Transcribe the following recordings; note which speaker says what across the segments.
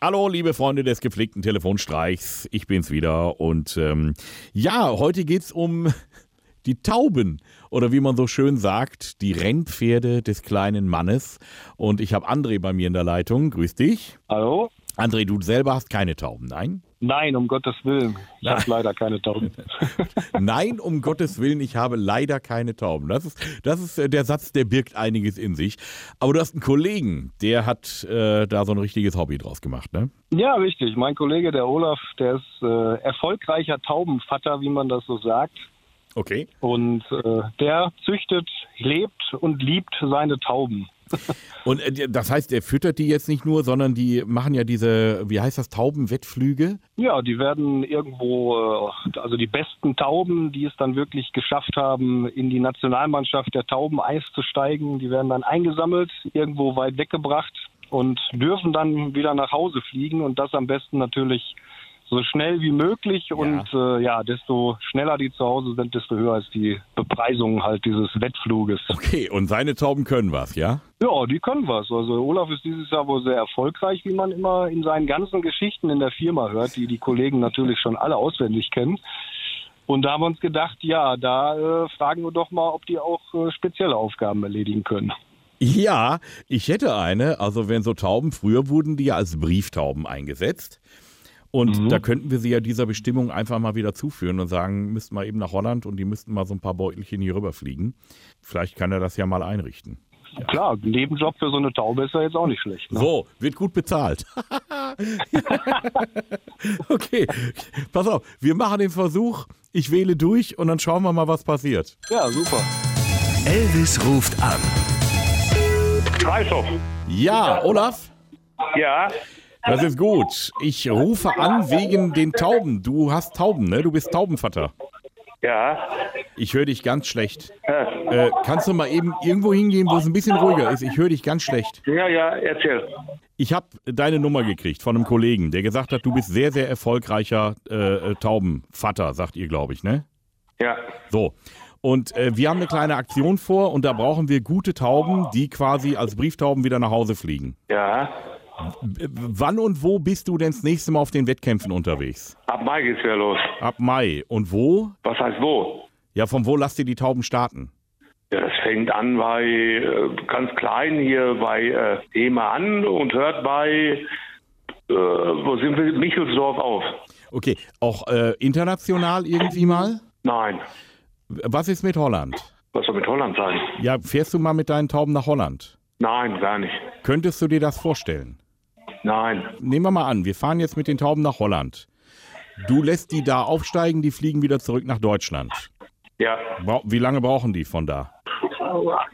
Speaker 1: Hallo, liebe Freunde des gepflegten Telefonstreichs. Ich bin's wieder. Und ähm, ja, heute geht's um die Tauben oder wie man so schön sagt, die Rennpferde des kleinen Mannes. Und ich habe André bei mir in der Leitung. Grüß dich.
Speaker 2: Hallo?
Speaker 1: André, du selber hast keine Tauben, nein?
Speaker 2: Nein, um Gottes Willen. Ich
Speaker 1: Nein.
Speaker 2: habe leider keine Tauben.
Speaker 1: Nein, um Gottes Willen, ich habe leider keine Tauben. Das ist, das ist äh, der Satz, der birgt einiges in sich. Aber du hast einen Kollegen, der hat äh, da so ein richtiges Hobby draus gemacht, ne?
Speaker 2: Ja, richtig. Mein Kollege, der Olaf, der ist äh, erfolgreicher Taubenvater, wie man das so sagt.
Speaker 1: Okay.
Speaker 2: Und äh, der züchtet, lebt und liebt seine Tauben.
Speaker 1: Und äh, der- das heißt, er füttert die jetzt nicht nur, sondern die machen ja diese, wie heißt das, Taubenwettflüge?
Speaker 2: Ja, die werden irgendwo, äh, also die besten Tauben, die es dann wirklich geschafft haben, in die Nationalmannschaft der Tauben Eis zu steigen, die werden dann eingesammelt, irgendwo weit weggebracht und dürfen dann wieder nach Hause fliegen und das am besten natürlich so schnell wie möglich und äh, ja, desto schneller die zu Hause sind, desto höher ist die Bepreisung halt dieses Wettfluges.
Speaker 1: Okay, und seine Tauben können was, ja?
Speaker 2: Ja, die können was. Also Olaf ist dieses Jahr wohl sehr erfolgreich, wie man immer in seinen ganzen Geschichten in der Firma hört, die die Kollegen natürlich schon alle auswendig kennen. Und da haben wir uns gedacht, ja, da äh, fragen wir doch mal, ob die auch äh, spezielle Aufgaben erledigen können.
Speaker 1: Ja, ich hätte eine. Also wenn so Tauben, früher wurden die ja als Brieftauben eingesetzt. Und da könnten wir sie ja dieser Bestimmung einfach mal wieder zuführen und sagen, müssten mal eben nach Holland und die müssten mal so ein paar Beutelchen hier rüberfliegen. Vielleicht kann er das ja mal einrichten.
Speaker 2: Klar, ein Nebenjob für so eine Taube ist ja jetzt auch nicht schlecht. Ne?
Speaker 1: So, wird gut bezahlt. okay, pass auf, wir machen den Versuch, ich wähle durch und dann schauen wir mal, was passiert.
Speaker 2: Ja, super.
Speaker 3: Elvis ruft an.
Speaker 4: Kreishof.
Speaker 1: Ja, Olaf,
Speaker 4: Ja,
Speaker 1: das ist gut. Ich rufe an wegen den Tauben. Du hast Tauben, ne? Du bist Taubenvater.
Speaker 4: ja.
Speaker 1: Ich höre dich ganz schlecht. Äh, kannst du mal eben irgendwo hingehen, wo es ein bisschen ruhiger ist? Ich höre dich ganz schlecht.
Speaker 4: Ja, ja, erzähl.
Speaker 1: Ich habe deine Nummer gekriegt von einem Kollegen, der gesagt hat, du bist sehr, sehr erfolgreicher äh, äh, Taubenvater, sagt ihr, glaube ich, ne?
Speaker 4: Ja.
Speaker 1: So. Und äh, wir haben eine kleine Aktion vor und da brauchen wir gute Tauben, die quasi als Brieftauben wieder nach Hause fliegen.
Speaker 4: Ja.
Speaker 1: W- wann und wo bist du denn das nächste Mal auf den Wettkämpfen unterwegs?
Speaker 4: Ab Mai geht's wieder los.
Speaker 1: Ab Mai. Und wo?
Speaker 4: Was heißt wo?
Speaker 1: Ja, von wo lasst ihr die Tauben starten?
Speaker 4: Ja, das fängt an bei äh, ganz klein hier bei äh, Thema an und hört bei äh, wo sind wir? Michelsdorf auf.
Speaker 1: Okay, auch äh, international irgendwie mal?
Speaker 4: Nein.
Speaker 1: Was ist mit Holland?
Speaker 4: Was soll mit Holland sein?
Speaker 1: Ja, fährst du mal mit deinen Tauben nach Holland?
Speaker 4: Nein, gar nicht.
Speaker 1: Könntest du dir das vorstellen?
Speaker 4: Nein.
Speaker 1: Nehmen wir mal an, wir fahren jetzt mit den Tauben nach Holland. Du lässt die da aufsteigen, die fliegen wieder zurück nach Deutschland.
Speaker 4: Ja.
Speaker 1: Bra wie lange brauchen die von da?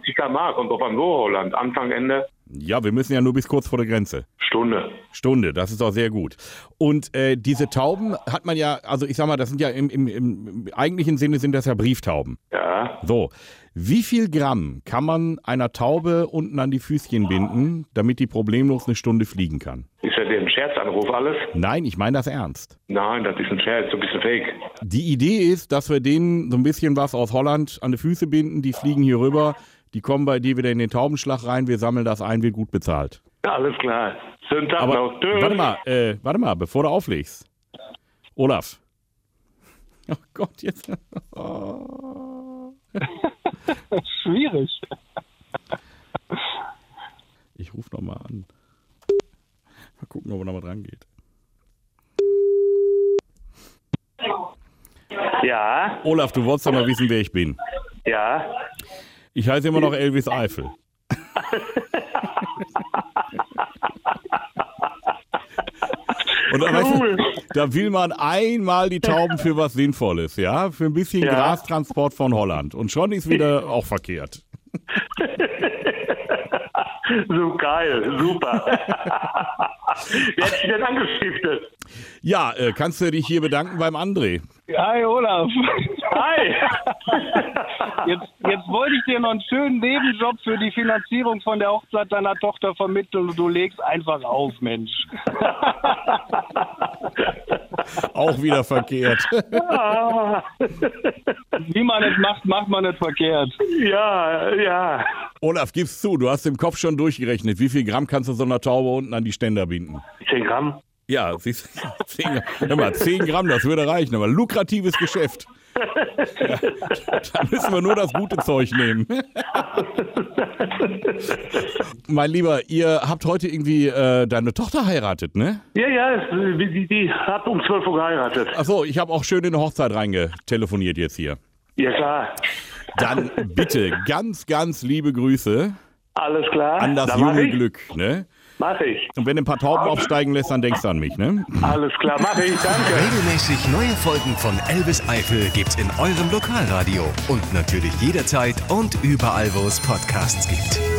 Speaker 4: Ich kann mal, kommt drauf an wo Holland. Anfang, Ende,
Speaker 1: Ja, wir müssen ja nur bis kurz vor der Grenze.
Speaker 4: Stunde.
Speaker 1: Stunde, das ist auch sehr gut. Und äh, diese Tauben hat man ja, also ich sag mal, das sind ja im, im, im eigentlichen Sinne sind das ja Brieftauben.
Speaker 4: Ja.
Speaker 1: So, wie viel Gramm kann man einer Taube unten an die Füßchen binden, damit die problemlos eine Stunde fliegen kann?
Speaker 4: Ist ja der ein Scherzanruf alles?
Speaker 1: Nein, ich meine das ernst.
Speaker 4: Nein, das ist ein Scherz, du bist ein Fake.
Speaker 1: Die Idee ist, dass wir denen so ein bisschen was aus Holland an die Füße binden, die fliegen hier rüber, die kommen bei dir wieder in den Taubenschlag rein, wir sammeln das ein, wird gut bezahlt.
Speaker 4: Alles klar. Schönen Tag
Speaker 1: Aber
Speaker 4: noch. Tschüss.
Speaker 1: warte mal, äh, warte mal, bevor du auflegst. Olaf. Oh Gott, jetzt. Oh.
Speaker 2: Schwierig.
Speaker 1: Ich rufe nochmal an. Mal gucken, ob er nochmal dran geht.
Speaker 4: Ja,
Speaker 1: Olaf, du wolltest doch mal wissen, wer ich bin.
Speaker 4: ja.
Speaker 1: Ich heiße immer noch Elvis Eifel. Und da, weißt du, da will man einmal die Tauben für was Sinnvolles, ja? Für ein bisschen
Speaker 4: Ja.
Speaker 1: Grastransport von Holland. Und schon ist wieder auch verkehrt.
Speaker 4: So geil, super. Wer hat dich denn angestiftet?
Speaker 1: Ja, äh, kannst du dich hier bedanken beim André?
Speaker 2: Hi, Olaf.
Speaker 4: Hi!
Speaker 2: Jetzt, jetzt wollte ich dir noch einen schönen Nebenjob für die Finanzierung von der Hochzeit deiner Tochter vermitteln und du legst einfach auf, Mensch.
Speaker 1: Auch wieder verkehrt.
Speaker 2: Wie man es macht, macht man es verkehrt.
Speaker 5: Ja, ja.
Speaker 1: Olaf, gib's zu, du hast im Kopf schon durchgerechnet. Wie viel Gramm kannst du so einer Taube unten an die Ständer binden?
Speaker 5: 10 Gramm.
Speaker 1: Ja, siehst du, 10 Gramm. Hör mal, 10 Gramm, das würde reichen, aber lukratives Geschäft. Ja, da müssen wir nur das gute Zeug nehmen. mein Lieber, ihr habt heute irgendwie äh, deine Tochter heiratet, ne?
Speaker 5: Ja, ja, es- die, die hat um 12 Uhr geheiratet.
Speaker 1: Achso, ich habe auch schön in eine Hochzeit reingetelefoniert jetzt hier.
Speaker 5: Ja, klar.
Speaker 1: Dann bitte ganz, ganz liebe Grüße
Speaker 5: Alles klar.
Speaker 1: an das
Speaker 5: Dann mach
Speaker 1: junge
Speaker 5: ich.
Speaker 1: Glück, ne?
Speaker 5: Mach ich.
Speaker 1: Und wenn du ein paar Tauben aufsteigen lässt, dann denkst du an mich, ne?
Speaker 5: Alles klar, mach ich. Danke.
Speaker 3: Regelmäßig neue Folgen von Elvis Eifel gibt's in eurem Lokalradio und natürlich jederzeit und überall, wo es Podcasts gibt.